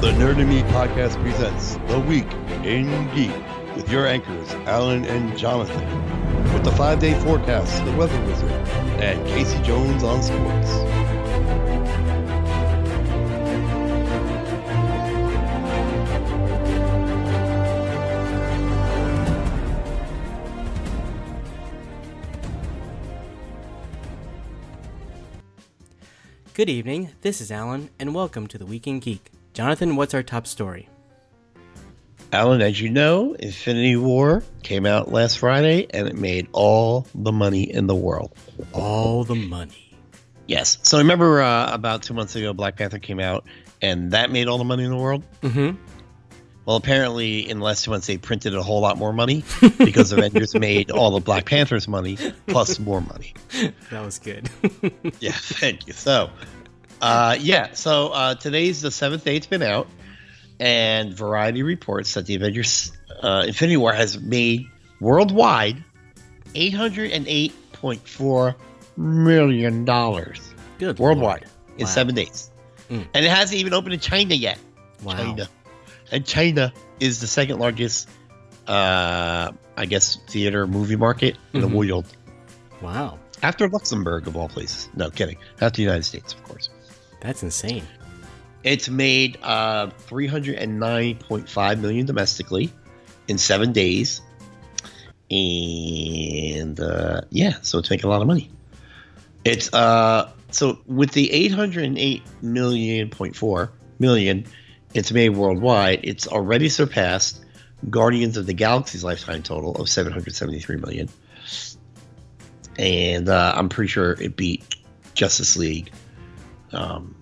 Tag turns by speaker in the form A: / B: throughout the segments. A: The Nerd and Me podcast presents The Week in Geek with your anchors, Alan and Jonathan, with the five day forecast, The Weather Wizard, and Casey Jones on sports.
B: Good evening, this is Alan, and welcome to the Weekend Geek. Jonathan, what's our top story?
A: Alan, as you know, Infinity War came out last Friday and it made all the money in the world.
B: All the money.
A: Yes. So remember uh, about two months ago, Black Panther came out and that made all the money in the world?
B: Mm-hmm.
A: Well, apparently, in the last two months, they printed a whole lot more money because Avengers made all of Black Panther's money plus more money.
B: That was good.
A: Yeah, thank you. So, uh, yeah, so uh, today's the seventh day it's been out, and Variety reports that the Avengers uh, Infinity War has made worldwide $808.4 million dollars
B: good.
A: worldwide in
B: Wow.
A: seven days.
B: Mm.
A: And it hasn't even opened in China yet.
B: Lord. Wow.
A: China. And China is the second largest, uh, I guess, theater movie market in
B: Mhm.
A: the world.
B: Wow.
A: After Luxembourg, of all places. No, kidding. After the United States, of course.
B: That's insane.
A: It's made uh, 309.5 million domestically in seven days. And uh, yeah, so it's making a lot of money. It's uh, so with the 808 million point four million it's made worldwide, it's already surpassed Guardians of the Galaxy's lifetime total of 773 million. And uh, I'm pretty sure it beat Justice League. Um,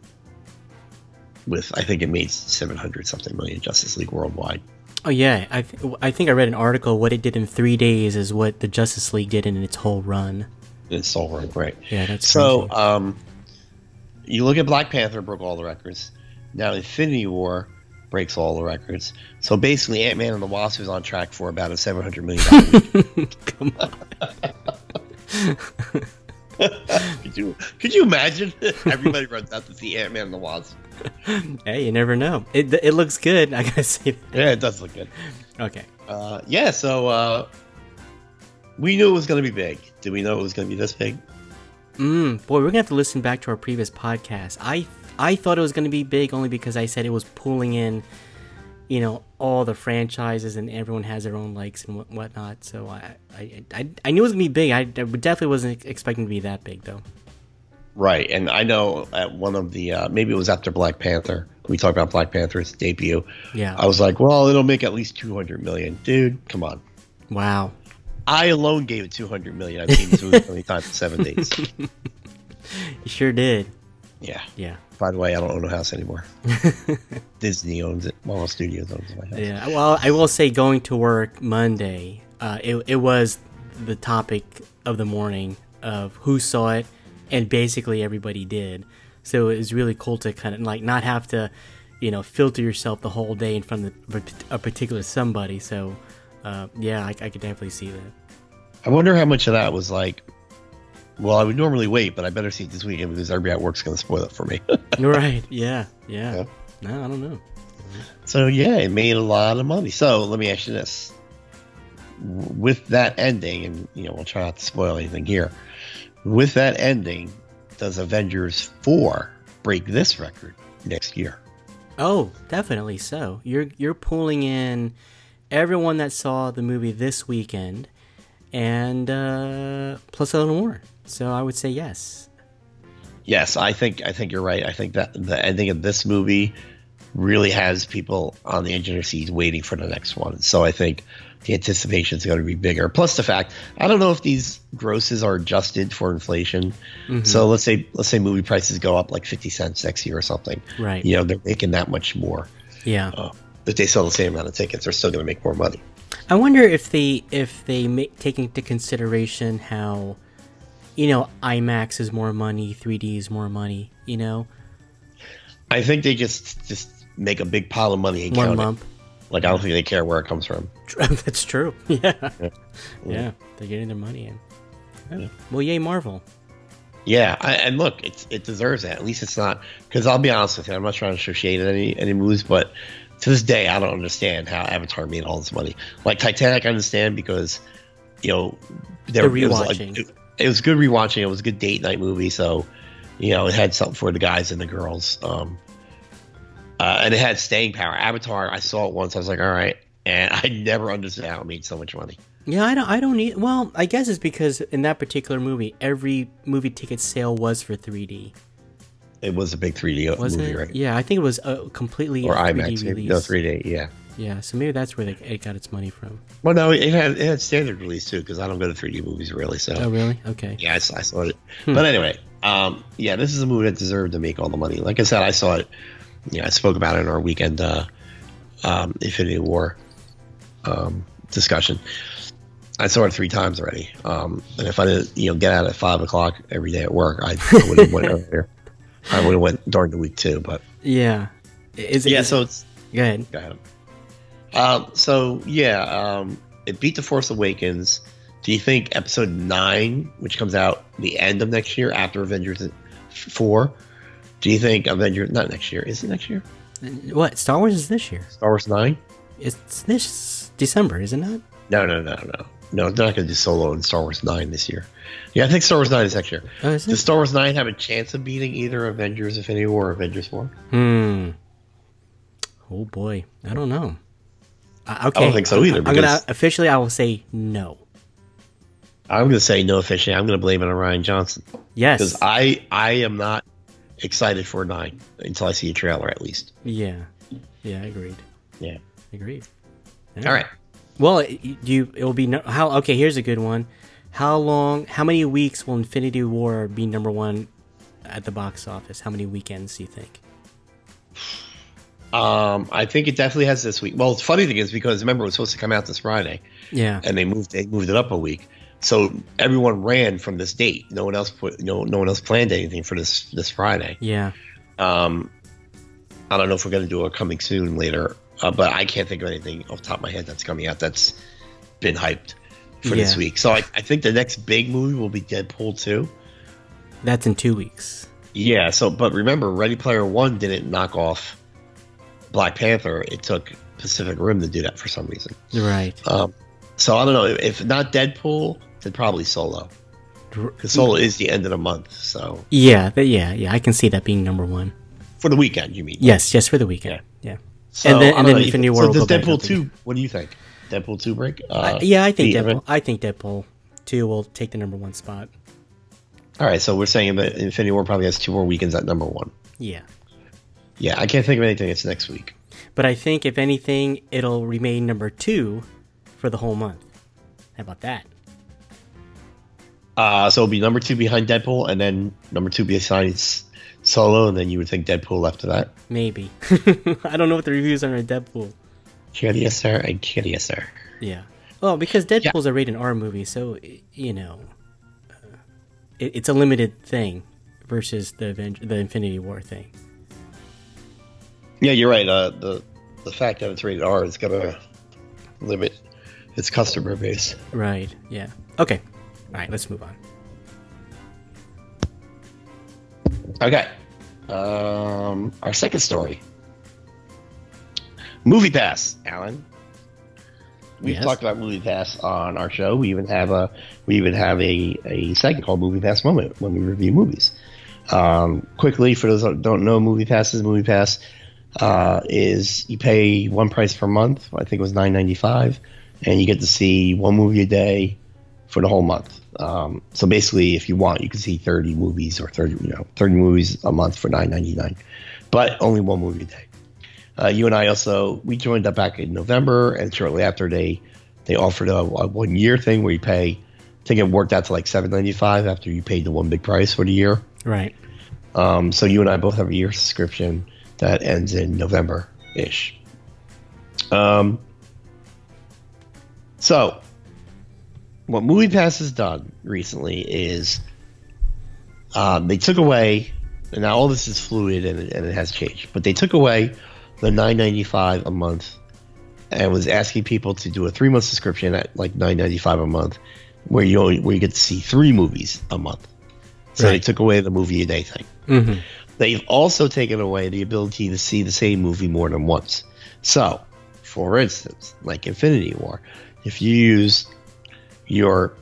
A: with I think it made 700 something million Justice League worldwide.
B: Oh, yeah. I, th- I think I read an article. What it did in three days is what the Justice League did in its whole run.
A: It's all right, right?
B: Yeah, that's
A: So,
B: crazy.
A: um, you look at Black Panther broke all the records. Now Infinity War breaks all the records. So basically, Ant Man and the Wasp is on track for about a 700 million. dollar-
B: Come on.
A: could you could you imagine? Everybody runs out to see Ant Man and the Wasp. uh,
B: Hey, you never know. It, it looks good. I gotta say that.
A: Yeah, it does look good.
B: Okay.
A: Uh, yeah, so uh, we knew it was going to be big. Did we know it was going to be this big?
B: Mm, boy, we're gonna have to listen back to our previous podcast. I I thought it was gonna be big only because I said it was pulling in, you know, all the franchises and everyone has their own likes and what, whatnot. So I, I I I knew it was gonna be big. I, I definitely wasn't expecting it to be that big though.
A: Right, and I know at one of the uh, maybe it was after Black Panther. We talked about Black Panther's debut.
B: Yeah.
A: I was like, well, it'll make at least two hundred million, dude. Come on.
B: Wow.
A: I alone gave it two hundred million. I've seen this movie so many times in seven days.
B: You sure did.
A: Yeah.
B: Yeah.
A: By the way, I don't own a house anymore. Disney owns it. Marvel Studios owns my house.
B: Yeah. Well, I will say going to work Monday, uh, it, it was the topic of the morning of who saw it, and basically everybody did. So it was really cool to kind of like not have to, you know, filter yourself the whole day in front of the- a particular somebody. So, uh, yeah, I, I could definitely see that.
A: I wonder how much of that was like. Well, I would normally wait, but I better see it this weekend because everybody at work's going to spoil it for me.
B: You're right. Yeah. Yeah.
A: Yeah.
B: No, I don't know.
A: So yeah, it made a lot of money. So let me ask you this: with that ending, and you know we'll try not to spoil anything here. With that ending, does Avengers four break this record next year?
B: Oh, definitely so. You're you're pulling in everyone that saw the movie this weekend, and uh, plus a little more. So I would say yes.
A: Yes, I think I think you're right. I think that the ending of this movie really has people on the edge of their seats waiting for the next one. So I think the anticipation is going to be bigger. Plus the fact I don't know if these grosses are adjusted for inflation.
B: Mm-hmm.
A: So let's say let's say movie prices go up like fifty cents next year or something.
B: Right.
A: You know they're making that much more.
B: Yeah.
A: Uh, if they sell the same amount of tickets, they're still going to make more money.
B: I wonder if they if they make, take into consideration how, you know, IMAX is more money, 3D is more money. You know,
A: I think they just just make a big pile of money and
B: one
A: count
B: lump.
A: it. Like I don't think they care where it comes from.
B: That's true. Yeah. yeah. They're getting their money in. Yeah. Well, yay, Marvel.
A: Yeah, I, and look, it's it deserves that. At least it's not because I'll be honest with you, I'm not trying to show shade at any any movies, but to this day, I don't understand how Avatar made all this money. Like Titanic, I understand because you know they
B: The
A: were- It was, like-
B: rewatching.
A: it, it was good rewatching. It was a good date night movie, so you know it had something for the guys and the girls. Um, uh, and it had staying power. Avatar, I saw it once. I was like, all right, and I never understood how it made so much money.
B: Yeah, I don't. I don't need. Well, I guess it's because in that particular movie, every movie ticket sale was for 3D,
A: It was a big 3D
B: wasn't
A: movie,
B: it?
A: right?
B: Yeah, I think it was uh, completely
A: Or
B: a 3D
A: IMAX, maybe.
B: release.
A: no 3D, yeah.
B: Yeah, so maybe that's where they, it got its money from.
A: Well, no, it had it had standard release too because I don't go to 3D movies really. So
B: Oh, really? Okay.
A: yeah, I, saw- I saw it. But anyway, um, yeah, this is a movie that deserved to make all the money. Like I said, I saw it. Yeah, I spoke about it in our weekend uh, um, Infinity War um, discussion. I saw it three times already, um, and if I didn't, you know, get out at five o'clock every day at work, I would have went earlier. I would have went during the week too. But
B: Yeah. Is it?
A: yeah,
B: is-
A: so it's
B: go ahead.
A: Go ahead. Um, so yeah, um, it beat the Force Awakens. Do you think Episode Nine, which comes out the end of next year after Avengers Four, do you think Avengers not next year? Is it next year?
B: What Star Wars is this year?
A: Star Wars Nine?
B: It's this December, is it not?
A: No, no, no, no, no. They're not going to do Solo and Star Wars Nine this year. Yeah, I think Star Wars Nine is next year.
B: Oh, is
A: Does
B: it?
A: Star Wars Nine have a chance of beating either Avengers Infinity War or Avengers Four?
B: Hmm. Oh boy, I don't know. Uh, okay.
A: think so either,
B: I'm gonna
A: because-
B: officially. I will say no.
A: I'm going to say no officially. I'm going to blame it on Ryan Johnson.
B: Yes.
A: because I I am not excited for nine until I see a trailer at least.
B: yeah. Yeah. Agreed.
A: Yeah.
B: Agreed.
A: All right.
B: Well, it- you it will be no, how okay. Here's a good one. How long? How many weeks will Infinity War be number one at the box office? How many weekends do you think?
A: Um, I think it definitely has this week. Well, the funny thing is because remember it was supposed to come out this Friday,
B: Yeah.
A: and they moved they moved it up a week. So everyone ran from this date. No one else put no no one else planned anything for this this Friday.
B: Yeah.
A: Um, I don't know if we're gonna do a coming soon later, uh, but I can't think of anything off the top of my head that's coming out that's been hyped for this
B: Yeah.
A: week. So I, I think the next big movie will be Deadpool two.
B: That's in two weeks.
A: Yeah, so but remember Ready Player 1 didn't knock off Black Panther. It took Pacific Rim to do that for some reason.
B: Right.
A: Um, so I don't know if not Deadpool, then probably Solo. Cuz Solo is the end of the month, so
B: Yeah. That, yeah. Yeah. I can see that being number one.
A: for the weekend, you mean.
B: Yes. Just for the weekend. Yeah.
A: So,
B: and then-
A: I
B: and
A: don't
B: then
A: know,
B: Infinity
A: so
B: War will
A: does
B: go back
A: Deadpool
B: up
A: 2, what do you think? Deadpool 2 break? Uh,
B: Uh, yeah. I think
A: the-
B: Deadpool. I think Deadpool two will take the number one spot.
A: All right, so we're saying that Infinity War probably has two more weekends at number 1.
B: Yeah.
A: Yeah, I can't think of anything. It's next week.
B: But I think if anything, it'll remain number two for the whole month. How about that?
A: Uh, so it'll be number two behind Deadpool, and then number two behind S- Solo, and then you would think Deadpool after that.
B: Maybe. I don't know what the reviews are on Deadpool.
A: Kitty sir and Kitty sir.
B: Yeah. Well, because Deadpool's a rated R movie, so i- you know, uh, it, it's a limited thing versus the Aven- the Infinity War thing.
A: Yeah, you're right. Uh, the the fact that it's rated R is gonna limit its customer base.
B: Right. Yeah. Okay. All right. Let's move on.
A: Okay. Um, our second story. Movie Pass, Alan. We've
B: Yes.
A: talked about Movie Pass on our show. We even have a we even have a, a segment called Movie Pass Moment when we review movies. Um, quickly, for those that don't know, Movie Pass is Movie Pass uh, is you pay one price per month. I think it was nine ninety five, and you get to see one movie a day for the whole month. Um, so basically, if you want, you can see thirty movies or thirty you know thirty movies a month for nine ninety nine, but only one movie a day. Uh, you and I also we joined up back in November, and shortly after they they offered a, a one year thing where you pay. I think it worked out to like seven ninety five after you paid the one big price for the year.
B: Right.
A: Um, so you and I both have a year subscription that ends in November ish. Um, so what MoviePass has done recently is um, they took away. And now all this is fluid and, it- and it has changed, but they took away the nine ninety five a month and was asking people to do a three month subscription at like nine ninety five a month, where you only, where you get to see three movies a month. So they
B: Right.
A: took away the movie a day thing.
B: Mhm.
A: They've also taken away the ability to see the same movie more than once. So, for instance, like Infinity War, if you use your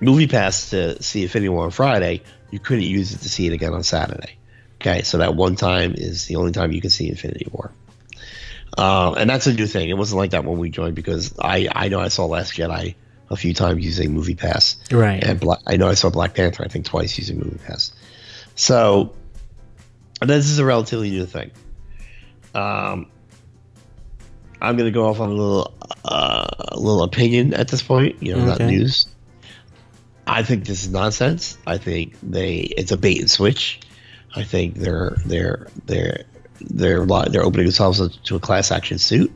A: movie pass to see Infinity War on Friday, you couldn't use it to see it again on Saturday. Okay, so that one time is the only time you can see Infinity War. Um, and that's a new thing. It wasn't like that when we joined because I, I know I saw Last Jedi a few times using Movie Pass.
B: Right.
A: And Bla- I know I saw Black Panther, I think, twice using Movie Pass. So this is a relatively new thing. Um, I'm going to go off on a little, uh, a little opinion at this point, you know, not
B: Okay.
A: news. I think this is nonsense. I think they it's a bait and switch. I think they're they're they're they're li- they're opening themselves up to a class action suit.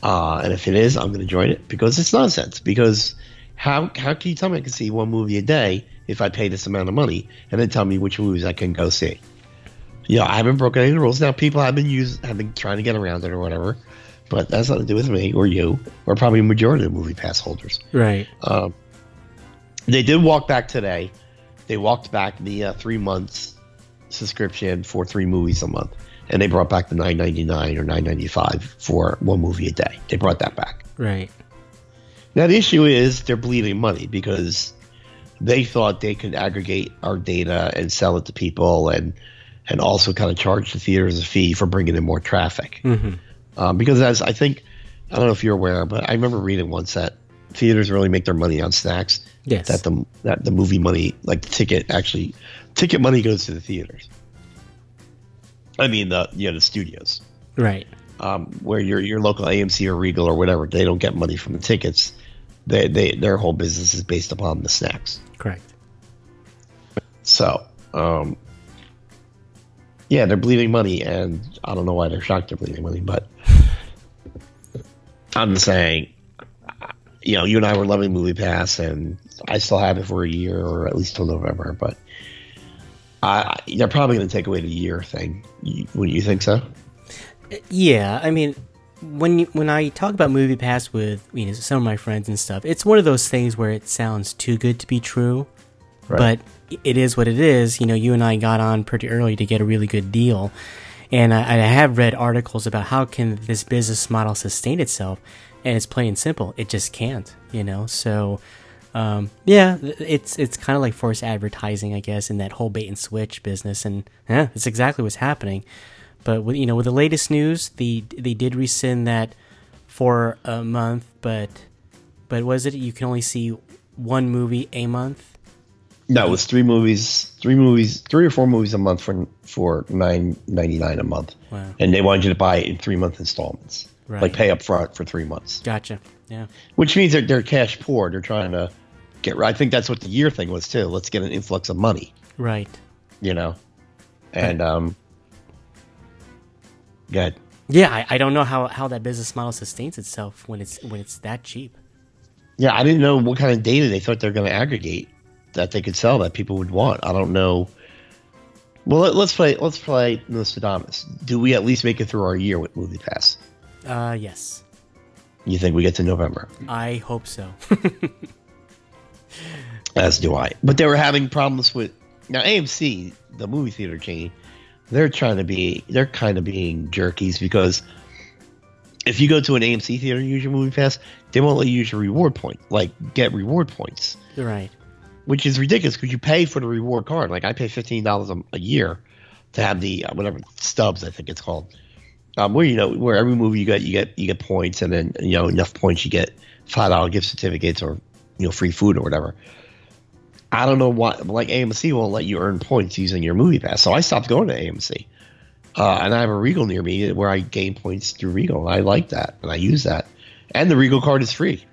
A: Uh, and if it is, I'm going to join it because it's nonsense. Because how how can you tell me I can see one movie a day if I pay this amount of money and then tell me which movies I can go see? You know, I haven't broken any rules. Now people have been use have been trying to get around it or whatever, but that's nothing to do with me or you or probably a majority of the movie pass holders.
B: Right.
A: Um, they did walk back today. They walked back the uh, three months subscription for three movies a month, and they brought back the nine ninety nine or nine ninety five for one movie a day. They brought that back.
B: Right.
A: Now the issue is they're bleeding money because they thought they could aggregate our data and sell it to people and and also kind of charge the theaters a fee for bringing in more traffic
B: hmm
A: um, because as I think, I don't know if you're aware, but I remember reading once that theaters really make their money on snacks.
B: Yes.
A: That the that the movie money, like the ticket, actually, ticket money goes to the theaters. I mean the you know the studios,
B: Right.
A: um, where your your local AMC or Regal or whatever, they don't get money from the tickets. They they their whole business is based upon the snacks.
B: Correct.
A: So, um, yeah, they're bleeding money, and I don't know why they're shocked they're bleeding money, but I'm saying, you know, you and I were loving Movie Pass, and I still have it for a year or at least till November, but I, I- they're probably going to take away the year thing. You, wouldn't you think so?
B: Yeah, I mean, when you, when I talk about Movie Pass with you know some of my friends and stuff, it's one of those things where it sounds too good to be true,
A: Right.
B: but it is what it is. You know, you and I got on pretty early to get a really good deal, and I, I have read articles about how can this business model sustain itself, and it's plain and simple, it just can't. You know, so. Um, yeah, th- it's it's kind of like forced advertising, I guess, in that whole bait and switch business, and yeah, it's exactly what's happening. But with, you know, with the latest news, the they did rescind that for a month, but but was it you can only see one movie a month?
A: No, it's three movies, three movies, three or four movies a month for for nine ninety nine a month,
B: Wow.
A: and they wanted you to buy it in three month installments,
B: Right.
A: like pay up front for three months.
B: Gotcha. Yeah.
A: which means that they're cash poor. They're trying to get. I think that's what the year thing was too. Let's get an influx of money,
B: Right.
A: you know. And um, good.
B: Yeah, I, I don't know how, how that business model sustains itself when it's when it's that cheap.
A: Yeah, I didn't know what kind of data they thought they were going to aggregate that they could sell that people would want. I don't know. Well, let, let's play. Let's play Nostradamus. Do we at least make it through our year with Movie Pass?
B: Uh, yes,
A: You think we get to November?
B: I hope so.
A: As do I. But they were having problems with now AMC, the movie theater chain. They're trying to be they're kind of being jerkies because if you go to an AMC theater and use your movie pass, they won't let you use your reward point, like get reward points,
B: right.
A: which is ridiculous because you pay for the reward card. Like I pay fifteen dollars a a year to have the uh, whatever stubs I think it's called, um, where you know where every movie you get you get you get points, and then you know enough points you get five dollar gift certificates or you know free food or whatever. I don't know why, like AMC won't let you earn points using your movie pass, so I stopped going to AMC. Uh, and I have a Regal near me where I gain points through Regal, and I like that, and I use that. And the Regal card is free.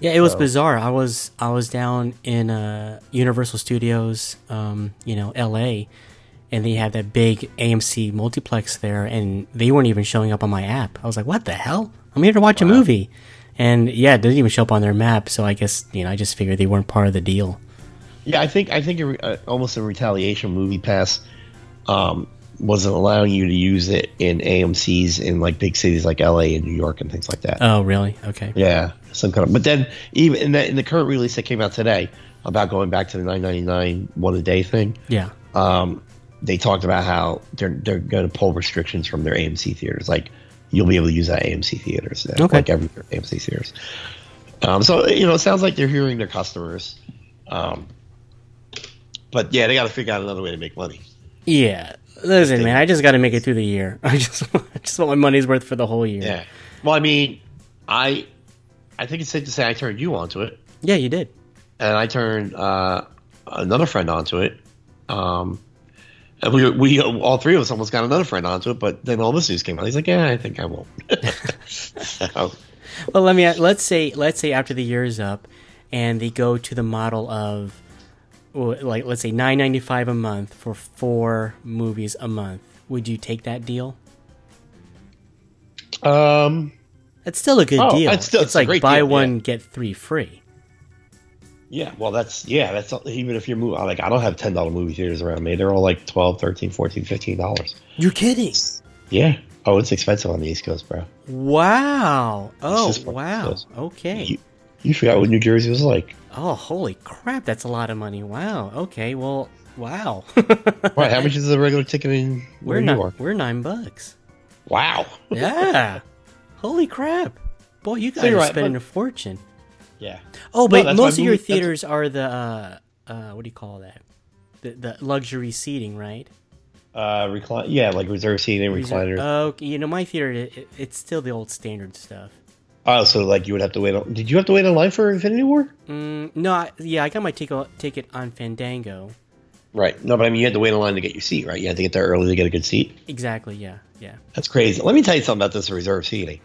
B: Yeah, it was bizarre. I was I was down in uh, Universal Studios, um, you know, L.A., and they have that big AMC multiplex there, and they weren't even showing up on my app. I was like, "What the hell? I'm here to watch a movie," and yeah, it didn't even show up on their map. So I guess you know, I just figured they weren't part of the deal.
A: Yeah, I think I think it, uh, almost in retaliation, Movie Pass um, wasn't allowing you to use it in AMC's in like big cities like LA and New York and things like that.
B: Oh, really? Okay.
A: Yeah, some kind of. But then even in the, in the current release that came out today, about going back to the 999 one a day thing.
B: Yeah.
A: Um, they talked about how they're they're going to pull restrictions from their AMC theaters. Like you'll be able to use that AMC theaters now,
B: Okay.
A: like every AMC theaters. Um, so you know, it sounds like they're hearing their customers. Um, but yeah, they got to figure out another way to make money.
B: Yeah. Listen, man, I just got to make it through the year. I just, I just want my money's worth for the whole year.
A: Yeah. Well, I mean, I I think it's safe to say I turned you onto it,
B: Yeah, you did.
A: and I turned uh, another friend onto it. Um, and we we all three of us almost got another friend onto it, but then all this news came out. He's like, yeah, I think I won't. so,
B: Well, let me let's say let's say after the year is up, and they go to the model of, well, like let's say nine ninety five a month for four movies a month. Would you take that deal?
A: um,
B: That's still a good
A: Oh,
B: deal.
A: that's still-
B: it's
A: it's a
B: like
A: great
B: buy
A: deal, yeah.
B: one get three free.
A: yeah, well, that's yeah, that's even if you're moving. Like, I don't have ten dollar movie theaters around me. They're all like 12 13 14 15 dollars.
B: You're kidding!
A: Yeah. Oh, it's expensive on the East Coast, bro.
B: Wow! Oh
A: just what it
B: wow!
A: is.
B: Okay.
A: You, you forgot what New Jersey was like.
B: oh holy crap! That's a lot of money. Wow. Okay. Well. Wow.
A: Right? How much is the regular ticket in
B: we're
A: where you are?
B: not. We're nine bucks.
A: Wow.
B: Yeah. holy crap! Boy, you guys
A: you're
B: are
A: right,
B: spending
A: but-
B: a fortune.
A: Yeah.
B: Oh, but
A: that's why
B: most of your
A: movie- that's-
B: theaters are the uh, uh, what do you call that? The, the luxury seating, right?
A: Uh, recline. Yeah, like reserve seating, recliners.
B: Oh, you know my theater, it, it- it's still the old standard stuff.
A: oh, so like you would have to wait. On, did you have to wait in line for Infinity War?
B: Mm, no, I, yeah, I got my ticket ticket on Fandango.
A: Right. No, but I mean, you had to wait in line to get your seat, right? You had to get there early to get a good seat.
B: Exactly. Yeah. Yeah.
A: That's crazy. Let me tell you something about this reserve seating.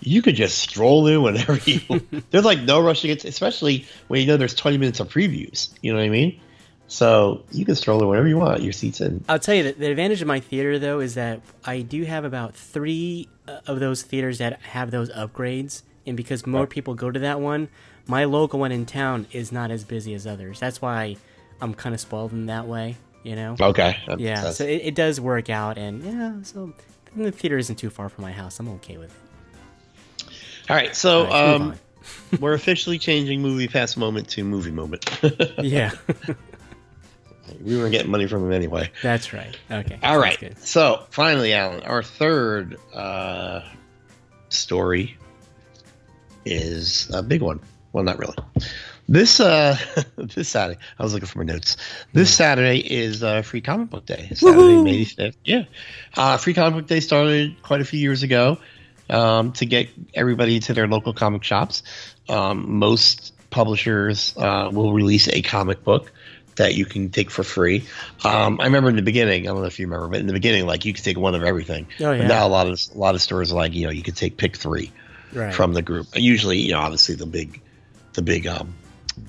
A: You could just stroll in whenever you. there's like no rush to get, especially when you know there's 20 minutes of previews. You know what I mean? So you can stroll in whenever you want. Your seat's in.
B: I'll tell you that the advantage of my theater though is that I do have about three uh, of those theaters that have those upgrades, and because more people go to that one, my local one in town is not as busy as others. That's why I'm kind of spoiled in that way. You know.
A: Okay. that makes
B: Yeah,
A: sense.
B: so it, it does work out, and yeah, so and the theater isn't too far from my house. I'm okay with it.
A: All right. So
B: All right,
A: um,
B: move
A: we're officially changing movie pass moment to movie moment.
B: on. yeah,
A: we weren't getting money from him anyway.
B: that's right. Okay,
A: All
B: sounds
A: right.
B: good.
A: So finally, Alan, our third uh, story is a big one. Well, not really. This uh, this Saturday, I was looking for my notes. This Saturday is uh, Free Comic Book Day. It's Saturday,
B: Mm-hmm. Woohoo!
A: May fifth. Yeah, uh, Free Comic Book Day started quite a few years ago um, to get everybody to their local comic shops. Um, most publishers uh, will release a comic book that you can take for free. Um, I remember in the beginning, I don't know if you remember, but in the beginning, like you could take one of everything.
B: Oh, yeah.
A: But now a lot of a lot of stores are like you know you could take pick three
B: Right.
A: from the group. And usually, you know, obviously the big, the big, um,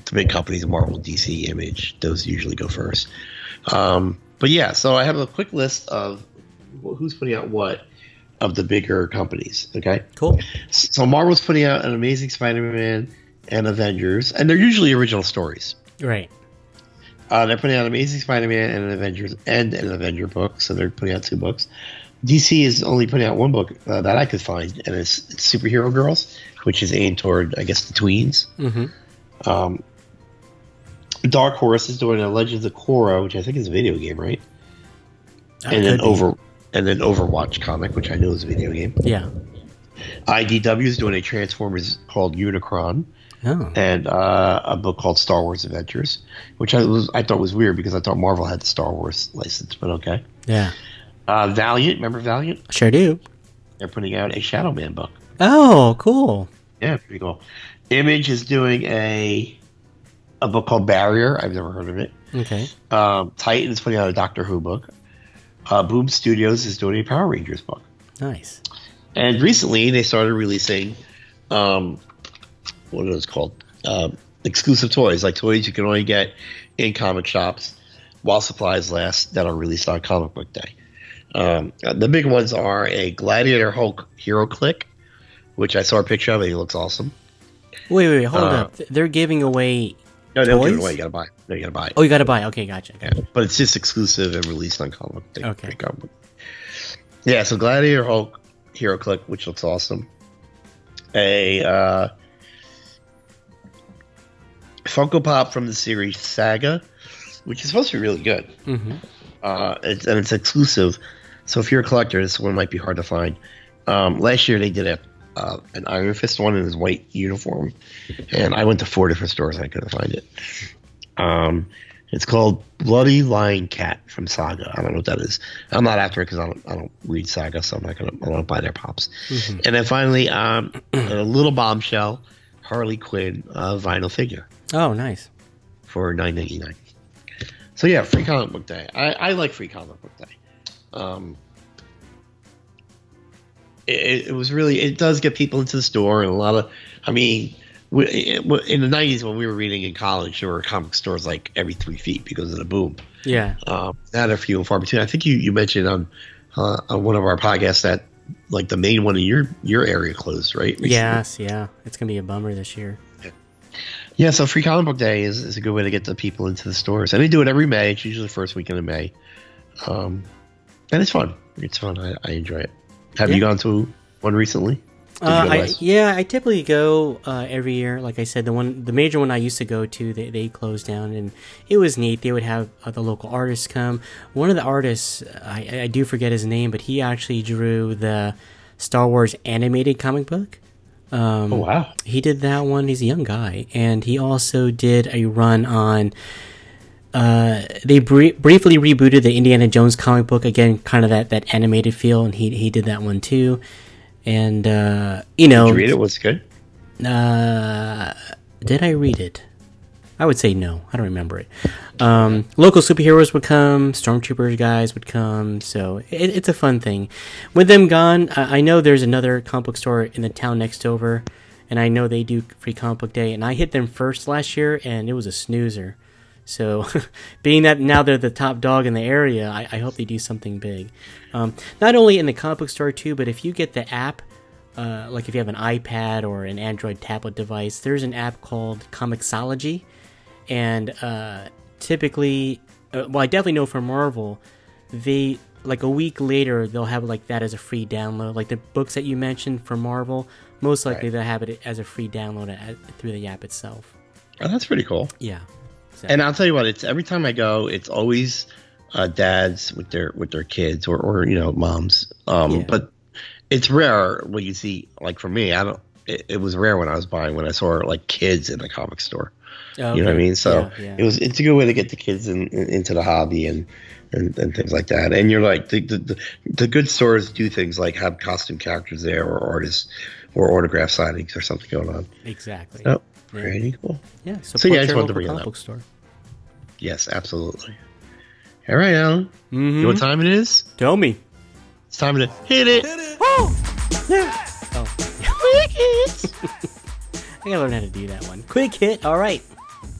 A: the big companies, Marvel, DC, Image, those usually go first. Um, but yeah, so I have a quick list of wh- who's putting out what of the bigger companies. Okay,
B: cool.
A: so Marvel's putting out an Amazing Spider-Man and Avengers, and they're usually original stories.
B: Right.
A: Uh, they're putting out Amazing Spider-Man and an Avengers and an Avenger book, so they're putting out two books. DC is only putting out one book uh, that I could find, and it's, it's Superhero Girls, which is aimed toward, I guess, the tweens.
B: Mm-hmm.
A: Um, Dark Horse is doing a Legends of Korra, which I think is a video game, right? and then over and then Overwatch comic, which I know is a video game.
B: Yeah.
A: IDW is doing a Transformers called Unicron,
B: No.
A: and uh, a book called Star Wars Adventures, which I was I thought was weird because I thought Marvel had the Star Wars license, but okay.
B: Yeah.
A: Uh, Valiant, remember Valiant?
B: Sure do.
A: They're putting out a Shadow Man book.
B: Oh, cool.
A: Yeah, pretty cool. Image is doing a a book called Barrier. I've never heard of it.
B: Okay.
A: Um, Titan is putting out a Doctor Who book. Uh, Boom Studios is doing a Power Rangers book.
B: Nice.
A: And recently, they started releasing um, what are those called? Um, exclusive toys, like toys you can only get in comic shops while supplies last that are released on Comic Book Day. Um, the big ones are a Gladiator Hulk Hero Click, which I saw a picture of, and he looks awesome.
B: Wait, wait, wait. Hold
A: Uh,
B: up. Th- They're giving away.
A: No, they don't give it
B: Toys?
A: away. You gotta buy. it. No, you gotta buy. it.
B: Oh, you got to buy. Okay, gotcha.
A: Yeah, but it's just exclusive and released on comic book. Day.
B: Okay.
A: Comic Book. Yeah, so Gladiator Hulk Hero Click, which looks awesome. A uh, Funko Pop from the series Saga, which is supposed to be really good. Mm-hmm. Uh, it's, and it's exclusive. So if you're a collector, this one might be hard to find. Um, last year they did a uh, an Iron Fist one in his white uniform, and I went to four different stores and I couldn't find it. Um, it's called Bloody Lion Cat from Saga. I don't know what that is. I'm not after it because I don't, I don't read Saga, so I'm not gonna I don't buy their pops. Mm-hmm. And then finally, um, a little bombshell, Harley Quinn uh, vinyl figure
B: Oh, nice.
A: for nine ninety nine. So yeah, free comic book day. I, I like free comic book day. Um, it, it was really it does get people into the store and a lot of. I mean, we, it, in the nineties when we were reading in college, there were comic stores like every three feet because of the boom.
B: Yeah.
A: Um, now they're few and far between. I think you, you mentioned on uh, on one of our podcasts that like the main one in your your area closed, right? recently?
B: Yes. Yeah. It's gonna be a bummer this year.
A: Yeah, so Free Comic Book Day is, is a good way to get the people into the stores. And they do it every May. It's usually the first weekend of May. Um, and it's fun. It's fun. I, I enjoy it. Have you
B: Yeah.
A: gone to one recently? Did you
B: Uh,
A: go
B: I,
A: last-
B: yeah, I typically go uh, every year. Like I said, the one, the major one I used to go to, they, they closed down, and it was neat. They would have uh, the local artists come. One of the artists, I, I do forget his name, but he actually drew the Star Wars animated comic book. Um,
A: oh, wow.
B: he did that one. He's a young guy, and he also did a run on. Uh, they br- briefly rebooted the Indiana Jones comic book again, kind of that, that animated feel, and he he did that one too. And uh, you know,
A: Did you read it? Was it good?
B: uh, did I read it? I would say no. I don't remember it. Um, local superheroes would come, stormtroopers guys would come, so it, it's a fun thing. With them gone, I, I know there's another comic book store in the town next over, and I know they do free comic book day, and I hit them first last year, and it was a snoozer. So, being that now they're the top dog in the area, I, I hope they do something big. Um, not only in the comic book store too, but if you get the app, uh, like if you have an iPad or an Android tablet device, there's an app called Comixology, and uh, typically, uh, well, I definitely know for Marvel, they like a week later they'll have like that as a free download. Like the books that you mentioned for Marvel, most likely they'll have it as a free download a through the app itself.
A: Oh, that's pretty cool.
B: Yeah. So-
A: And I'll tell you what, it's every time I go, it's always uh, dads with their with their kids or, or you know moms. Um,
B: Yeah.
A: But it's rare when you see like for me, I don't. It, it was rare when I was buying when I saw like kids in the comic store.
B: Oh,
A: You know what I
B: okay.
A: mean? So
B: Yeah, yeah.
A: it was it's a good way to get the kids in, in- into the hobby and, and and things like that. And you're like the, the the- the good stores do things like have costume characters there or artists or autograph signings or something going on.
B: exactly.
A: Oh,
B: Yeah.
A: pretty cool.
B: Yeah. Support
A: So, yeah, I just
B: your
A: wanted to
B: local
A: bring it
B: comic
A: up.
B: book store.
A: Yes, absolutely. All right, Alan. You know what time it is?
B: Mm-hmm. Tell me.
A: It's time to hit it.
B: Oh. I gotta learn how to do that one. Quick hit. All right,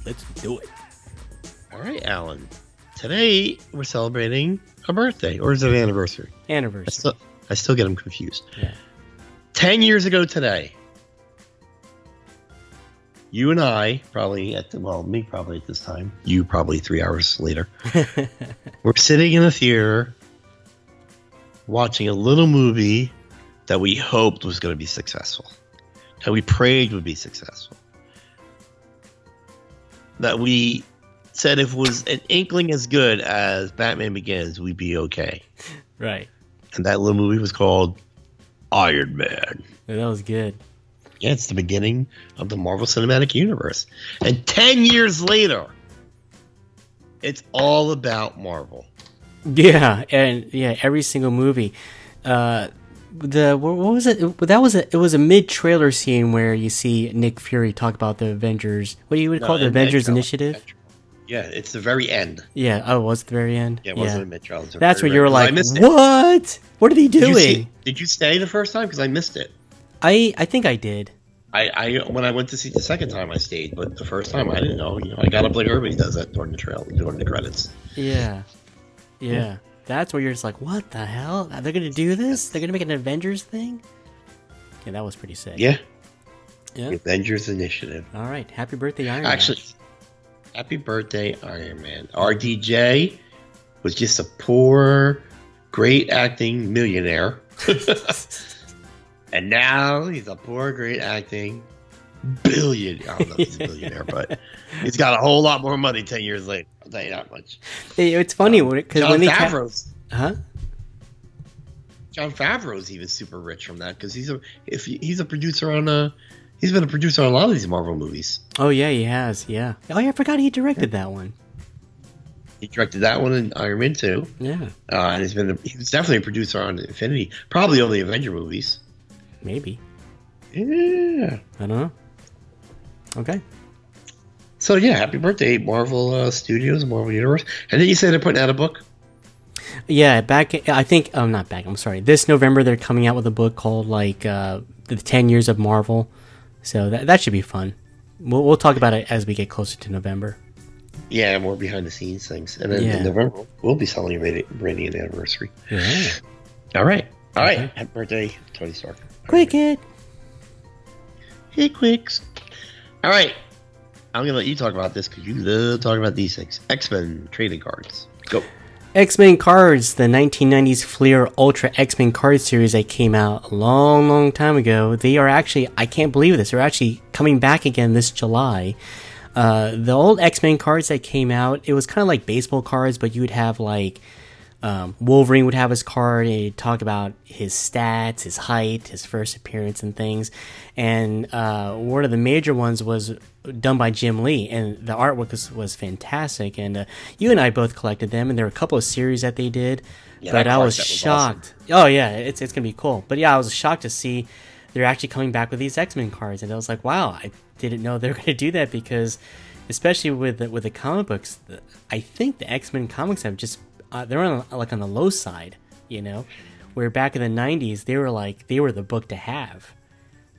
B: let's do it.
A: All right, Alan. Today we're celebrating a birthday, or is it an anniversary? I
B: Anniversary.
A: still, I still get them confused.
B: Yeah.
A: Ten years ago today, you and I probably at the, well, me probably at this time, you probably three hours later, we're sitting in a theater watching a little movie that we hoped was going to be successful, that we prayed would be successful, that we said if it was an inkling as good as Batman Begins, we'd be okay
B: right.
A: and that little movie was called Iron Man.
B: Yeah, That was good.
A: Yeah, it's the beginning of the Marvel Cinematic Universe. And 10 years later, it's all about Marvel.
B: Yeah, and yeah, every single movie. Uh, the what what was it? That was a it was a mid trailer scene where you see Nick Fury talk about the Avengers. What do you would call it? the
A: Uh,
B: Avengers
A: Metro.
B: Initiative?
A: Yeah, it's the very end.
B: Yeah. Oh, it was at the very end.
A: Yeah, it wasn't a mid-trial. it's the
B: That's
A: very,
B: where you were
A: very- 'cause
B: like,
A: I missed it.
B: what? What did he
A: Did
B: doing?
A: you, see- did you stay the first time? Because I missed it.
B: I I think I did.
A: I, I when I went to see it the second time I stayed, but the first time I didn't know. You know, I got up like everybody does that during the trail, during the credits.
B: Yeah. yeah. That's where you're just like, what the hell? Are they going to do this? They're going to make an Avengers thing? Yeah, that was pretty sick.
A: Yeah,
B: Yeah.
A: Avengers Initiative.
B: All right. Happy birthday, Iron Man.
A: Actually, happy birthday, Iron Man. RDJ was just a poor, great acting millionaire. and now he's a poor, great acting billion. I don't know if he's a billionaire, but he's got a whole lot more money ten years later. I'll tell you that much.
B: It- It's funny because
A: John
B: when they ca-
A: Favreau's
B: huh?
A: John Favreau's even super rich from that because he's a if he- he's a producer on a he's been a producer on a lot of these Marvel movies.
B: Oh yeah, he has. Yeah. Oh yeah, I forgot he directed that one.
A: He directed that one in Iron Man two,
B: Yeah,
A: uh, and he's been a, he was definitely a producer on Infinity, probably on the Avenger movies.
B: maybe.
A: Yeah.
B: I don't know. Okay.
A: So yeah, happy birthday Marvel uh, Studios, Marvel Universe, and then you say they're putting out a book.
B: Yeah, back. I think. Um, not back. I'm sorry. This November they're coming out with a book called like uh, the Ten Years of Marvel. So that that should be fun. We'll we'll talk about it as we get closer to November.
A: Yeah, more behind the scenes things, and then
B: Yeah.
A: in November we'll be celebrating Brandy an anniversary.
B: Yeah.
A: All right, all right.
B: Okay.
A: Happy birthday, Tony Stark.
B: Quick it.
A: Hey, Quicks. All right. I'm going to let you talk about this because you love talking about these things. X Men trading cards. Go.
B: X Men cards, the 1990s Fleer Ultra X Men card series that came out a long, long time ago. They are actually, I can't believe this, they're actually coming back again this July. Uh, the old X Men cards that came out, it was kind of like baseball cards, but you would have like um, Wolverine would have his card and he'd talk about his stats, his height, his first appearance, and things. And uh, one of the major ones was done by Jim Lee, and the artwork was, was fantastic. And uh, you and I both collected them, and there were a couple of series that they did.
A: Yeah,
B: but
A: that
B: I
A: card
B: was
A: set was
B: shocked. Oh yeah, it's it's gonna be cool. But yeah, I was shocked to see they're actually coming back with these X Men cards, and I was like, wow, I didn't know they were gonna do that because, especially with the, with the comic books, the, I think the X Men comics have just uh, they're on like on the low side, you know, where back in the '90s they were like they were the book to have.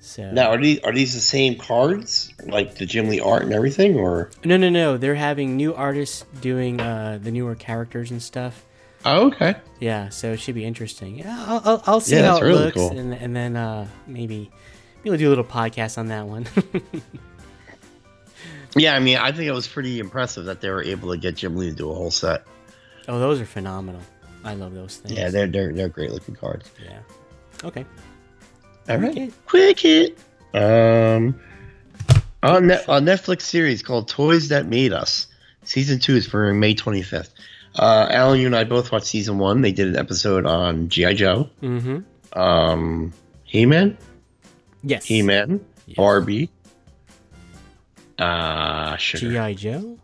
B: So
A: Now, are these, are these the same cards? Like the Jim Lee art and everything? Or.
B: no, no, no, they're having new artists doing uh, the newer characters and stuff.
A: Oh, okay.
B: Yeah, so it should be interesting. Yeah, I'll, I'll, I'll see
A: Yeah,
B: how
A: that's
B: it
A: really
B: looks,
A: cool.
B: and and then uh, maybe maybe we'll do a little podcast on that one.
A: Yeah, I mean, I think it was pretty impressive that they were able to get Jim Lee to do a whole set.
B: oh, those are phenomenal. I love those things.
A: Yeah, they're, they're, they're great looking cards.
B: yeah. Okay.
A: All right.
B: Cricket.
A: Cricket. Um, on ne- a Netflix series called Toys That Made Us. Season two is premiering May 25th. Uh, Alan, you and I both watched season one. They did an episode on G.I. Joe,
B: Mm-hmm.
A: um, He Man,
B: Yes.
A: He Man,
B: Yes.
A: Barbie. Uh, sugar.
B: G.I. Joe.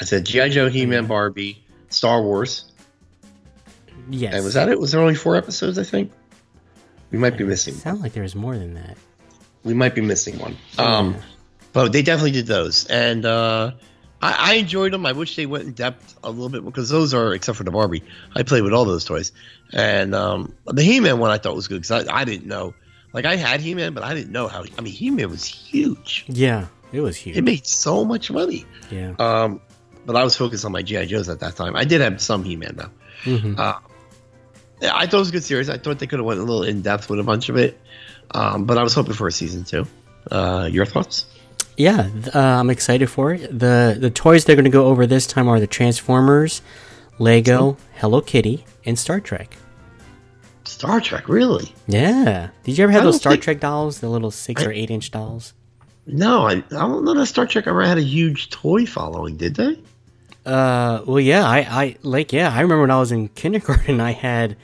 A: I said G.I. Joe, He Man,
B: Yeah.
A: Barbie, Star Wars.
B: Yes.
A: And was that it? Was there only four episodes, I think? We might be missing
B: Sound like there was more than that.
A: we might be missing one. Um, but they definitely did those, and uh, I, I enjoyed them. I wish they went in depth a little bit because those are, except for the Barbie, I played with all those toys, and um, the He-Man one I thought was good because I, I didn't know, like I had He-Man, but I didn't know how. I mean, He-Man was huge.
B: Yeah, it was
A: It
B: huge.
A: made so much money.
B: Yeah.
A: Um, but I was focused on my GI Joes at that time. I did have some He-Man though. Uh,
B: Mhm.
A: I thought it was a good series. I thought they could have went a little in depth with a bunch of it, um, but I was hoping for a season two. Uh, your thoughts?
B: Yeah, th- uh, I'm excited for it. the The toys they're going to go over this time are the Transformers, Lego, Hello Kitty, and Star Trek.
A: Star Trek, really?
B: Yeah. Did you ever have
A: I
B: those
A: don't
B: Star
A: think-
B: Trek dolls? The little six or eight inch dolls?
A: No, I, I don't know that Star Trek ever had a huge toy following, did they?
B: Uh, well, yeah, I, I, like, yeah, I remember when I was in kindergarten, I had,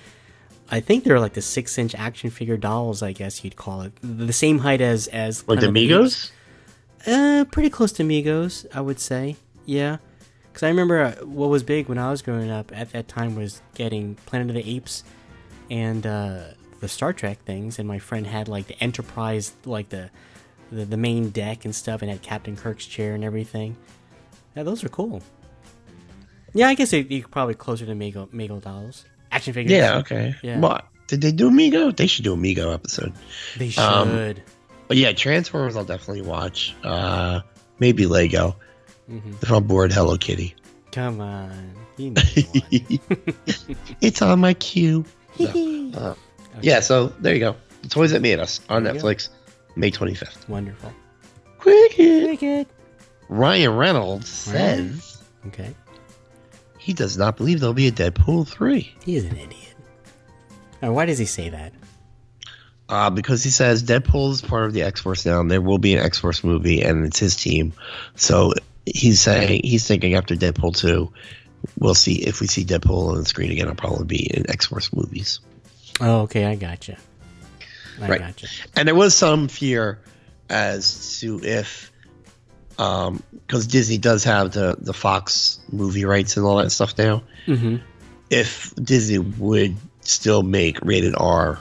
B: I think they were like the six inch action figure dolls, I guess you'd call it. The same height as, as,
A: Like the
B: kind of the-
A: Migos?
B: Uh, pretty close to Migos, I would say. Yeah. Because I remember uh, what was big when I was growing up at that time was getting Planet of the Apes and uh, the Star Trek things. And my friend had like the Enterprise, like the, the, the main deck and stuff, and had Captain Kirk's chair and everything. Yeah, those are cool. Yeah, I guess you're probably closer to Mego, Mego dolls. Action figures.
A: Yeah, okay.
B: Yeah.
A: What? Did they do a Migo? They should do a Migo episode.
B: They should.
A: Um, But yeah, Transformers I'll definitely watch. Uh maybe Lego.
B: Mhm.
A: If I'm bored, Hello Kitty.
B: Come on. You know you want.
A: it's on my queue.
B: Hee-hee.
A: Uh, Yeah, so there you go. The Toys That Made Us on
B: There you go.
A: Netflix, May 25th.
B: Wonderful.
A: Cricket.
B: Wicked.
A: Ryan Reynolds says
B: Okay.
A: he does not believe there'll be a Deadpool 3.
B: Oh, He is an idiot. Now, why does he say that?
A: uh, because he says Deadpool is part of the X Force now, and there will be an X Force movie, and it's his team. So he's saying he's thinking after Deadpool two, we'll see if we see Deadpool on the screen again. It'll probably be in X Force movies.
B: Oh, okay, I gotcha. I
A: Right.
B: gotcha.
A: And there was some fear as to if, because Disney does have the the Fox movie rights and all that stuff now,
B: Mm-hmm.
A: if Disney would still make rated R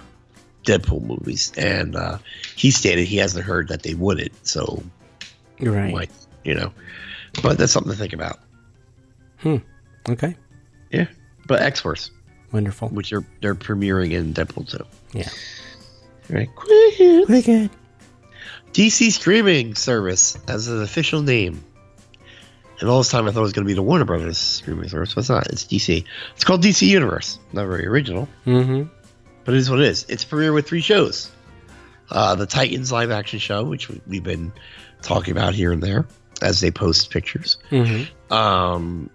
A: Deadpool movies, and uh, he stated he hasn't heard that they wouldn't. So
B: You're right.
A: like you know, but that's something to think about.
B: Okay.
A: Yeah, but X Force,
B: Wonderful.
A: which are they're premiering in Deadpool two.
B: Yeah.
A: Right. Quick.
B: Very good.
A: DC streaming service as an official name. And all this time I thought it was going to be the Warner Brothers streaming service, but it's not. It's DC. It's called DC Universe. Not very original,
B: Mm-hmm.
A: but it is what it is. It's premiere with three shows uh, the Titans live action show, which we- we've been talking about here and there as they post pictures.
B: Mm-hmm.
A: Um,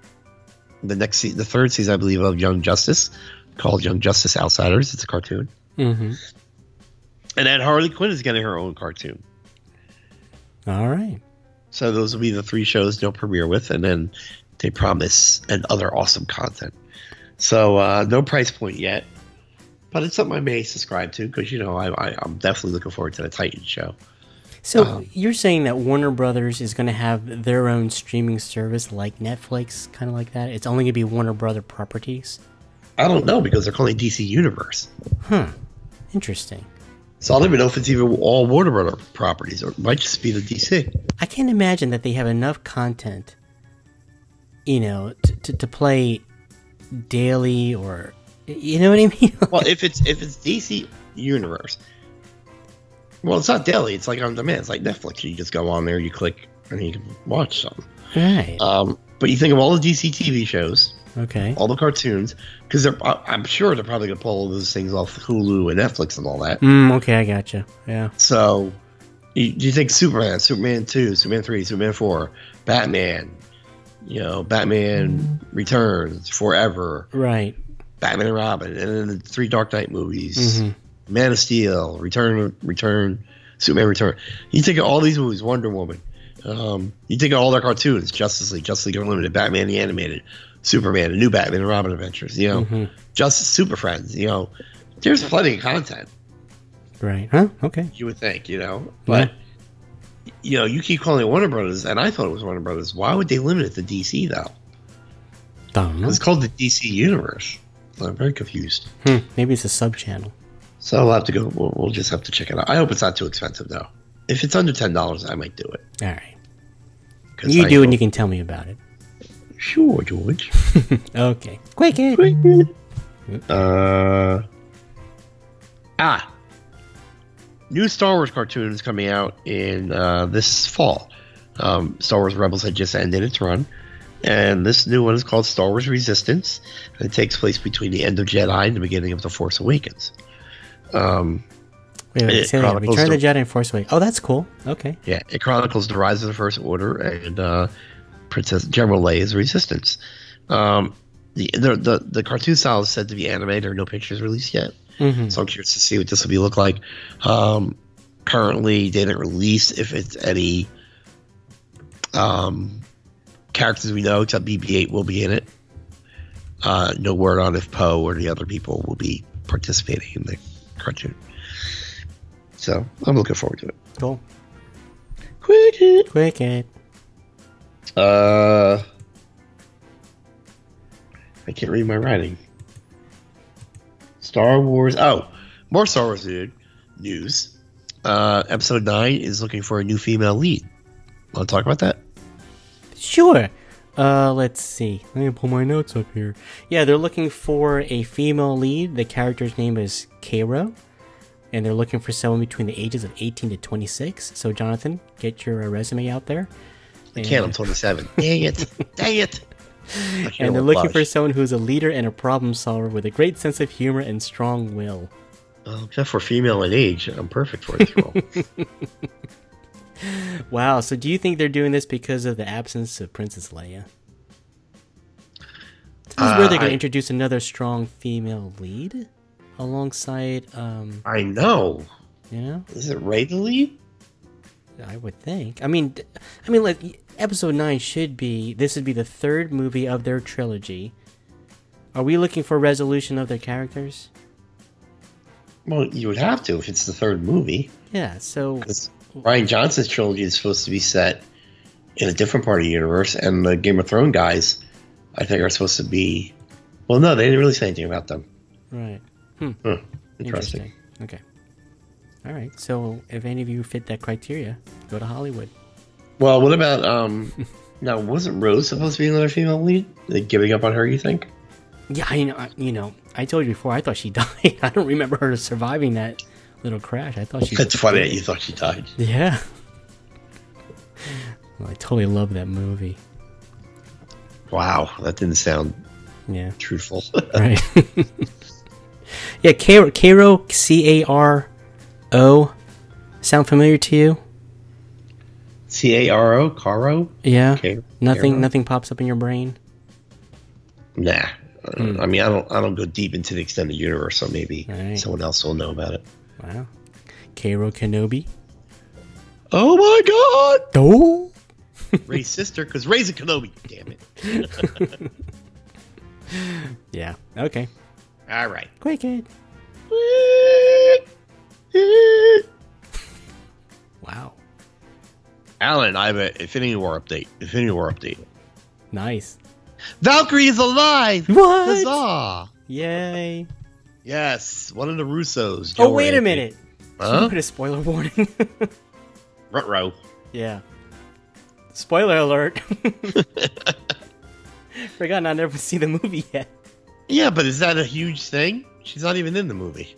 A: the next, se- the third season, I believe, of Young Justice, called Young Justice Outsiders. It's a cartoon.
B: Mm-hmm.
A: And then Harley Quinn is getting her own cartoon.
B: All right.
A: So those will be the three shows they'll premiere with, and then they promise and other awesome content. So uh, no price point yet, but it's something I may subscribe to because you know I, I, I'm definitely looking forward to the Titan show.
B: So
A: Um,
B: you're saying that Warner Brothers is going to have their own streaming service like Netflix, kind of like that? It's only going to be Warner Brother properties.
A: I don't know because they're calling DC Universe,
B: Interesting.
A: so I don't even know if it's even all Warner Brother properties or it might just be the DC.
B: I can't imagine that they have enough content, you know, to, to, to play daily or, you know what I mean?
A: Well, if it's if it's DC Universe, well, it's not daily. It's like on demand. It's like Netflix. You just go on there, you click, and you can watch something.
B: right.
A: Um, but you think of all the DC TV shows.
B: Okay.
A: all the cartoons because they're I- I'm sure they're probably gonna pull all those things off Hulu and Netflix and all that.
B: Mm, okay, I gotcha. Yeah.
A: So you, you think Superman, Superman two, Superman three, Superman four, Batman, you know, Batman Returns, Forever,
B: Right.
A: Batman and Robin, and then the three Dark Knight movies,
B: Mhm.
A: Man of Steel, Return, Return, Superman Return. You think of all these movies, Wonder Woman. Um, you think of all their cartoons, Justice League, Justice League Unlimited, Batman the Animated, Superman, the new Batman and Robin adventures. You know.
B: Mhm.
A: Justice Super Friends. You know, there's plenty of content
B: Right. Huh? Okay.
A: you would think, you know, but you know, you keep calling it Warner Brothers, and I thought it was Warner Brothers. Why would they limit it to DC though?
B: Don't know.
A: It's called the DC Universe. So I'm very confused.
B: Hmm, Maybe it's a sub channel.
A: So I'll have to go. We'll, we'll just have to check it out. I hope it's not too expensive though. If it's under ten dollars, I might do it.
B: All right.
A: 'Cause
B: You
A: I
B: do,
A: know-
B: and you can tell me about it.
A: sure, George.
B: Okay. Quick. eh?
A: uh, ah, new Star Wars cartoon is coming out in uh, this fall. Um, Star Wars Rebels had just ended its run, and this new one is called Star Wars Resistance. And it takes place between the end of Jedi and the beginning of the Force Awakens. Um,
B: Wait,
A: Yeah,
B: wait, say that.
A: Chronicles
B: Return of
A: of-
B: the Jedi and Force Awakens. Oh, that's cool. Okay.
A: Yeah, it chronicles the rise of the First Order and uh, Princess General Leia's resistance. Um, the, the the the cartoon style is said to be anime. There are no pictures released yet,
B: Mhm.
A: so I'm curious to see what this will be look like. Um, currently, they didn't release if it's any um, characters we know, except BB-8 will be in it. Uh, no word on if Poe or the other people will be participating in the cartoon. So I'm looking forward to it.
B: Cool.
A: Quick hit.
B: Quick. eh?
A: Uh, I can't read my writing. Star Wars. Oh, more Star Wars dude, news. Uh, episode nine is looking for a new female lead. Want to talk about that?
B: Sure. Uh, let's see. Let me pull my notes up here. Yeah, they're looking for a female lead. The character's name is Cairo, and they're looking for someone between the ages of 18 to 26. So, Jonathan, get your uh, resume out there.
A: I can't. I'm 27. Dang it! Dang it! I can't
B: And they're
A: look
B: looking for
A: blush.
B: someone who's a leader and a problem solver with a great sense of humor and strong will.
A: Well, Oh, except for female in age, I'm perfect for this role.
B: Wow. So, do you think they're doing this because of the absence of Princess Leia? So this is where
A: Uh,
B: they're going
A: I-
B: to introduce another strong female lead alongside um,
A: I know.
B: You know,
A: Is it right to lead?
B: I would think. I mean, d- I mean, like episode nine should be. This would be the third movie of their trilogy. Are we looking for resolution of their characters?
A: Well, you would have to if it's the third movie.
B: Yeah. So
A: 'Cause Ryan Johnson's trilogy is supposed to be set in a different part of the universe, and the Game of Thrones guys, I think, are supposed to be. Well, no, they didn't really say anything about them.
B: right.
A: Huh. Interesting.
B: Interesting. Okay. All right. So if any of you fit that criteria, go to Hollywood.
A: Well, what about um? now, wasn't Rose supposed to be another female lead? Like giving up on her, you think?
B: Yeah, I know. I- You know, I told you before. I thought she died. I don't remember her surviving that little crash. I thought she.
A: That's funny that you thought she died.
B: Yeah. Well, I totally love that movie.
A: Wow, that didn't sound
B: Yeah.
A: truthful.
B: Right. yeah. Caro. Caro. C A R O. Sound familiar to you?
A: C A R O, Caro?
B: Yeah.
A: Ca-
B: nothing.
A: Caro?
B: Nothing pops up in your brain.
A: Nah. I mean, I don't. I don't go deep into the extended universe, so maybe
B: Hmm. Right.
A: someone else will know about it.
B: Wow. Caro Kenobi.
A: Oh my God!
B: Oh.
A: Ray's sister, because Ray's a Kenobi. Damn it!
B: Yeah. Okay.
A: All right.
B: Quick kid. Wow.
A: Alan, I have an Infinity War update. Infinity War update.
B: Nice.
A: Valkyrie is alive!
B: What?
A: Huzzah!
B: Yay.
A: Yes, one of the Russos.
B: Oh
A: Joe
B: wait a
A: Ray.
B: minute. Should we
A: Huh?
B: put a spoiler warning?
A: Ruh-roh.
B: yeah. Spoiler alert. Forgotten I never seen the movie yet.
A: Yeah, but is that a huge thing? She's not even in the movie.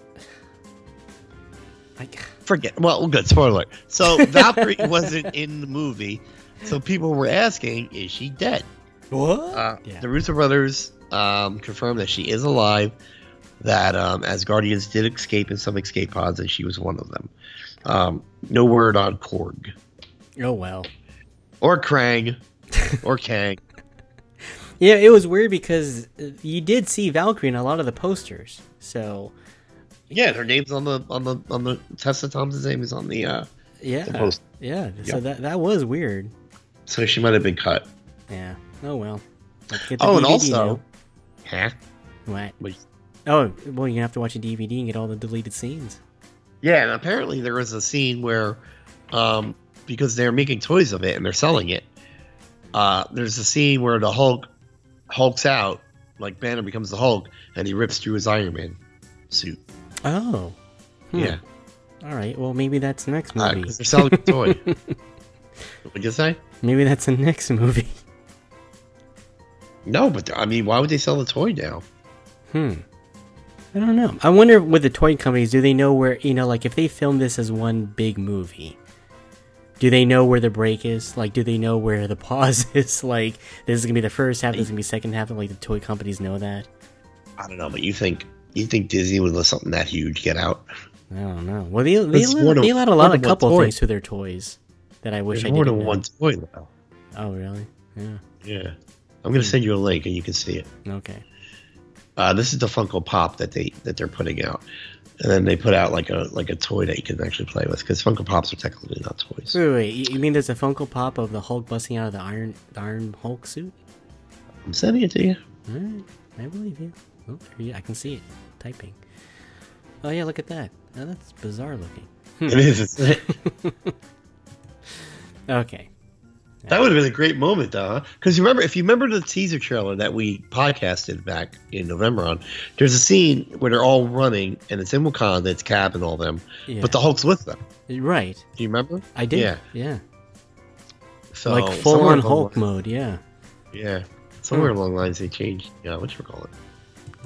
B: I,
A: Forget. Well, good. Spoiler. alert. So Valkyrie wasn't in the movie, so people were asking, is she dead?
B: what?
A: Uh,
B: yeah.
A: The Russo brothers um, confirmed that she is alive. That um, as guardians did escape in some escape pods, and she was one of them. Um, no word on Korg
B: oh well.
A: or Krang or Kang.
B: Yeah, it was weird because uh, you did see Valkyrie in a lot of the posters. So
A: Yeah, her name's on the on the on the Tessa Thompson's name is on the. Uh,
B: yeah,
A: post-
B: yeah. So
A: Yeah.
B: that that was weird.
A: so she might have been cut.
B: Yeah. Oh well. Let's get the
A: Oh, and
B: DVD
A: also,
B: now.
A: huh?
B: what?
A: Wait.
B: Oh well, you have to watch a DVD and get all the deleted scenes.
A: Yeah, and apparently there was a scene where, um, because they're making toys of it and they're selling it, uh, there's a scene where the Hulk hulks out, like Banner becomes the Hulk, and he rips through his Iron Man suit.
B: Oh. Hmm.
A: Yeah,
B: All right. Well, maybe that's the next
A: because
B: movie.
A: they're selling a toy. What'd you say?
B: maybe that's the next movie.
A: No, but I mean, why would they sell the toy now?
B: Hmm. I don't know. I wonder with the toy companies, do they know where you know, like if they film this as one big movie, do they know where the break is? Like, do they know where the pause is? Like, this is gonna be the first half, this is gonna be second half, and like the toy companies know that.
A: I don't know, but you think you think Disney would let something that huge get out?
B: I don't know. Well, they they,
A: It's
B: let-
A: more than-
B: they let a
A: more
B: lot
A: than
B: of
A: one
B: couple
A: toy.
B: things to their toys that I wish
A: There's
B: I
A: more
B: didn't
A: than
B: know.
A: one toy now.
B: Oh, really? Yeah. Hmm.
A: Yeah, I'm gonna send you a link and you can see it.
B: Okay.
A: Uh, this is the Funko Pop that they that they're putting out, and then they put out like a like a toy that you can actually play with because Funko Pops are technically not toys.
B: Wait, wait, wait. You- You mean there's a Funko Pop of the Hulk busting out of the Iron the Iron Hulk suit?
A: I'm sending it to you.
B: Alright, I believe you. Oh, there you I can see it typing. Oh yeah, look at that. Now that's bizarre looking.
A: It is. isn't it?
B: Okay.
A: that would have been a great moment, though, because remember if you remember the teaser trailer that we podcasted back in November on. There's a scene where they're all running, and it's in Wakanda, it's Cap and all them,
B: Yeah.
A: but the Hulk's with them.
B: right.
A: Do you remember?
B: I did. Yeah.
A: Yeah. So
B: like full
A: somewhere
B: on
A: along
B: Hulk Hmm.
A: the-
B: mode. Yeah.
A: Yeah. Somewhere along the lines they changed. Yeah, what you call it?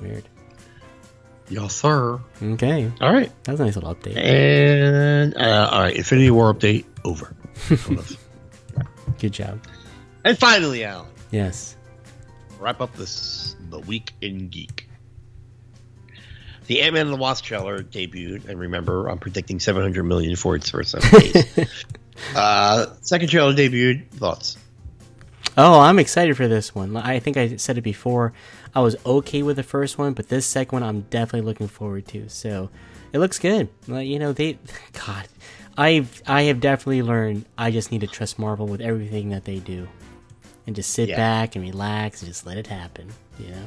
B: Weird.
A: Y'all sir.
B: Okay.
A: All right.
B: That was a nice little update.
A: And uh, all right, Infinity War update over.
B: Good job.
A: and finally, Alan,
B: Yes.
A: wrap up this the week in geek. The Ant Man and the Wasp trailer debuted, and remember, I'm predicting 700 million for its first seven days. uh, second trailer debuted. Thoughts?
B: Oh, I'm excited for this one. I think I said it before. I was okay with the first one, but this second one I'm definitely looking forward to. So it looks good. Like, you know, they, God, I've I have definitely learned I just need to trust Marvel with everything that they do, and just sit
A: Yeah.
B: back and relax and just let it happen. You know.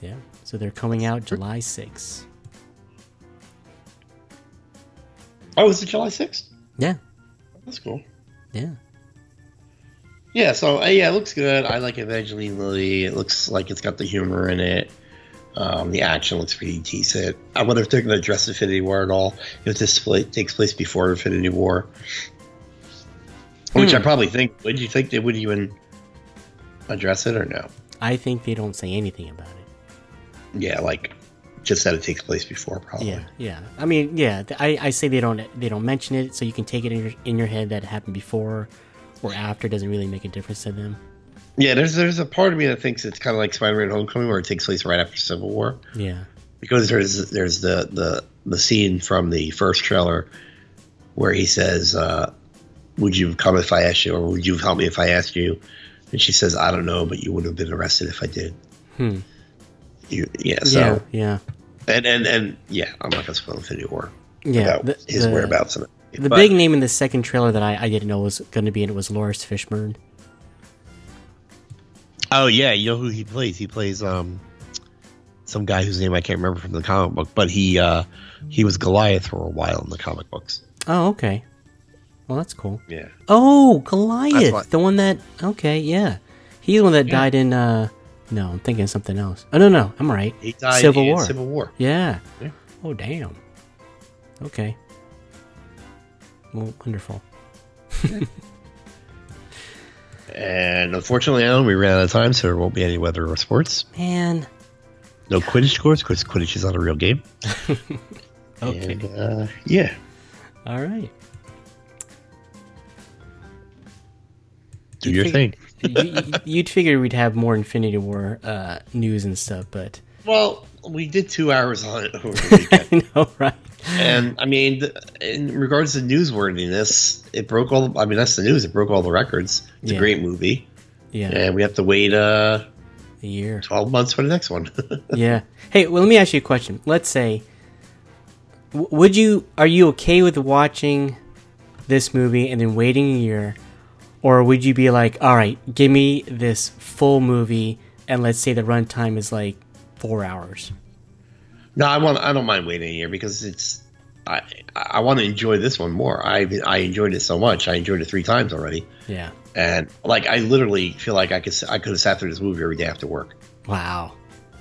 B: Yeah. So they're coming out July 6th.
A: Oh, is it July sixth?
B: Yeah.
A: That's cool.
B: Yeah.
A: Yeah, so uh, yeah, it looks good. I like Evangeline Lilly. It looks like it's got the humor in it. Um, the action looks pretty decent. I wonder if they're going to address Infinity War at all. If this play, takes place before Infinity War, which I probably think. Would you think they would even address it or no?
B: I think they don't say anything about it.
A: Yeah, like just that it takes place before, probably.
B: Yeah, yeah. I mean, yeah. th- I, I say they don't they don't mention it, so you can take it in your in your head that it happened before or after. Doesn't really make a difference to them.
A: Yeah, there's there's a part of me that thinks it's kind of like Spider-Man: Homecoming, where it takes place right after Civil War.
B: Yeah,
A: because there's there's the the the scene from the first trailer where he says, uh, "Would you come if I asked you, or would you help me if I asked you?" And she says, "I don't know, but you would have been arrested if I did."
B: Hmm.
A: You, yeah. So
B: yeah, yeah,
A: and and and yeah, I'm not gonna spoil Infinity War
B: yeah.
A: about his whereabouts. In it.
B: the
A: But-
B: big name in the second trailer that I, I didn't know was going to be in it was Loris Fishburne.
A: Oh yeah, you know who he plays? He plays um some guy whose name I can't remember from the comic book, but he uh he was Goliath for a while in the comic books.
B: Oh, okay. Well, that's cool.
A: Yeah.
B: Oh, Goliath,
A: what-
B: the one that. Okay, yeah, he's the one that died in. uh No, I'm thinking of something else. Oh no, no, I'm all right.
A: He died
B: Civil
A: in
B: War.
A: Civil War.
B: Yeah.
A: Yeah.
B: Oh damn. Okay. Well, wonderful.
A: And unfortunately, Alan, we ran out of time, so there won't be any weather or sports.
B: Man.
A: No Quidditch scores because Quidditch is not a real game.
B: Okay.
A: And, uh, yeah.
B: All right.
A: Do your thing.
B: thing. you'd figure we'd have more Infinity War uh, news and stuff, but
A: Well, we did two hours on it over the weekend.
B: I know, right?
A: and I mean, th- in regards to newsworthiness, it broke all. I mean, that's the news. It broke all the records. It's
B: Yeah.
A: a great movie,
B: Yeah,
A: and we have to wait uh,
B: a year.
A: twelve months for the next one.
B: Yeah. Hey, well, let me ask you a question. Let's say, w- would you are you okay with watching this movie and then waiting a year, or would you be like, all right, give me this full movie and let's say the runtime is like four hours?
A: no, I want. I don't mind waiting a year because it's. I I want to enjoy this one more. I I enjoyed it so much. I enjoyed it three times already.
B: Yeah.
A: and like I literally feel like I could I could have sat through this movie every day after work.
B: Wow.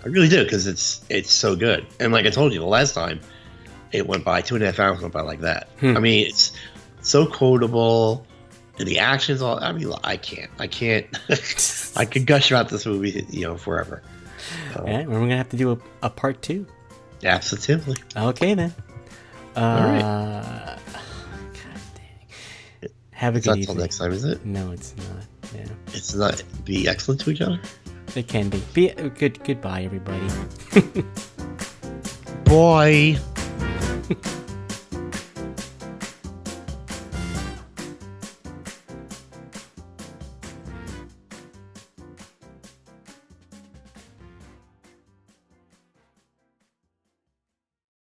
A: I really do because it's it's so good. And like I told you the last time, it went by two and a half hours went by like that.
B: Hmm.
A: I mean, it's so quotable. And the actions, all I mean, I can't, I can't, I could gush about this movie, you know, forever.
B: All right, well, we're gonna have to do a, a part two.
A: Absolutely.
B: Okay then. Uh,
A: right.
B: God dang. Have a
A: It's
B: good
A: not till
B: evening.
A: next time, is it?
B: No, it's not. Yeah.
A: It's not be excellent to each other.
B: It can be. Be uh, good. Goodbye, everybody.
A: Boy.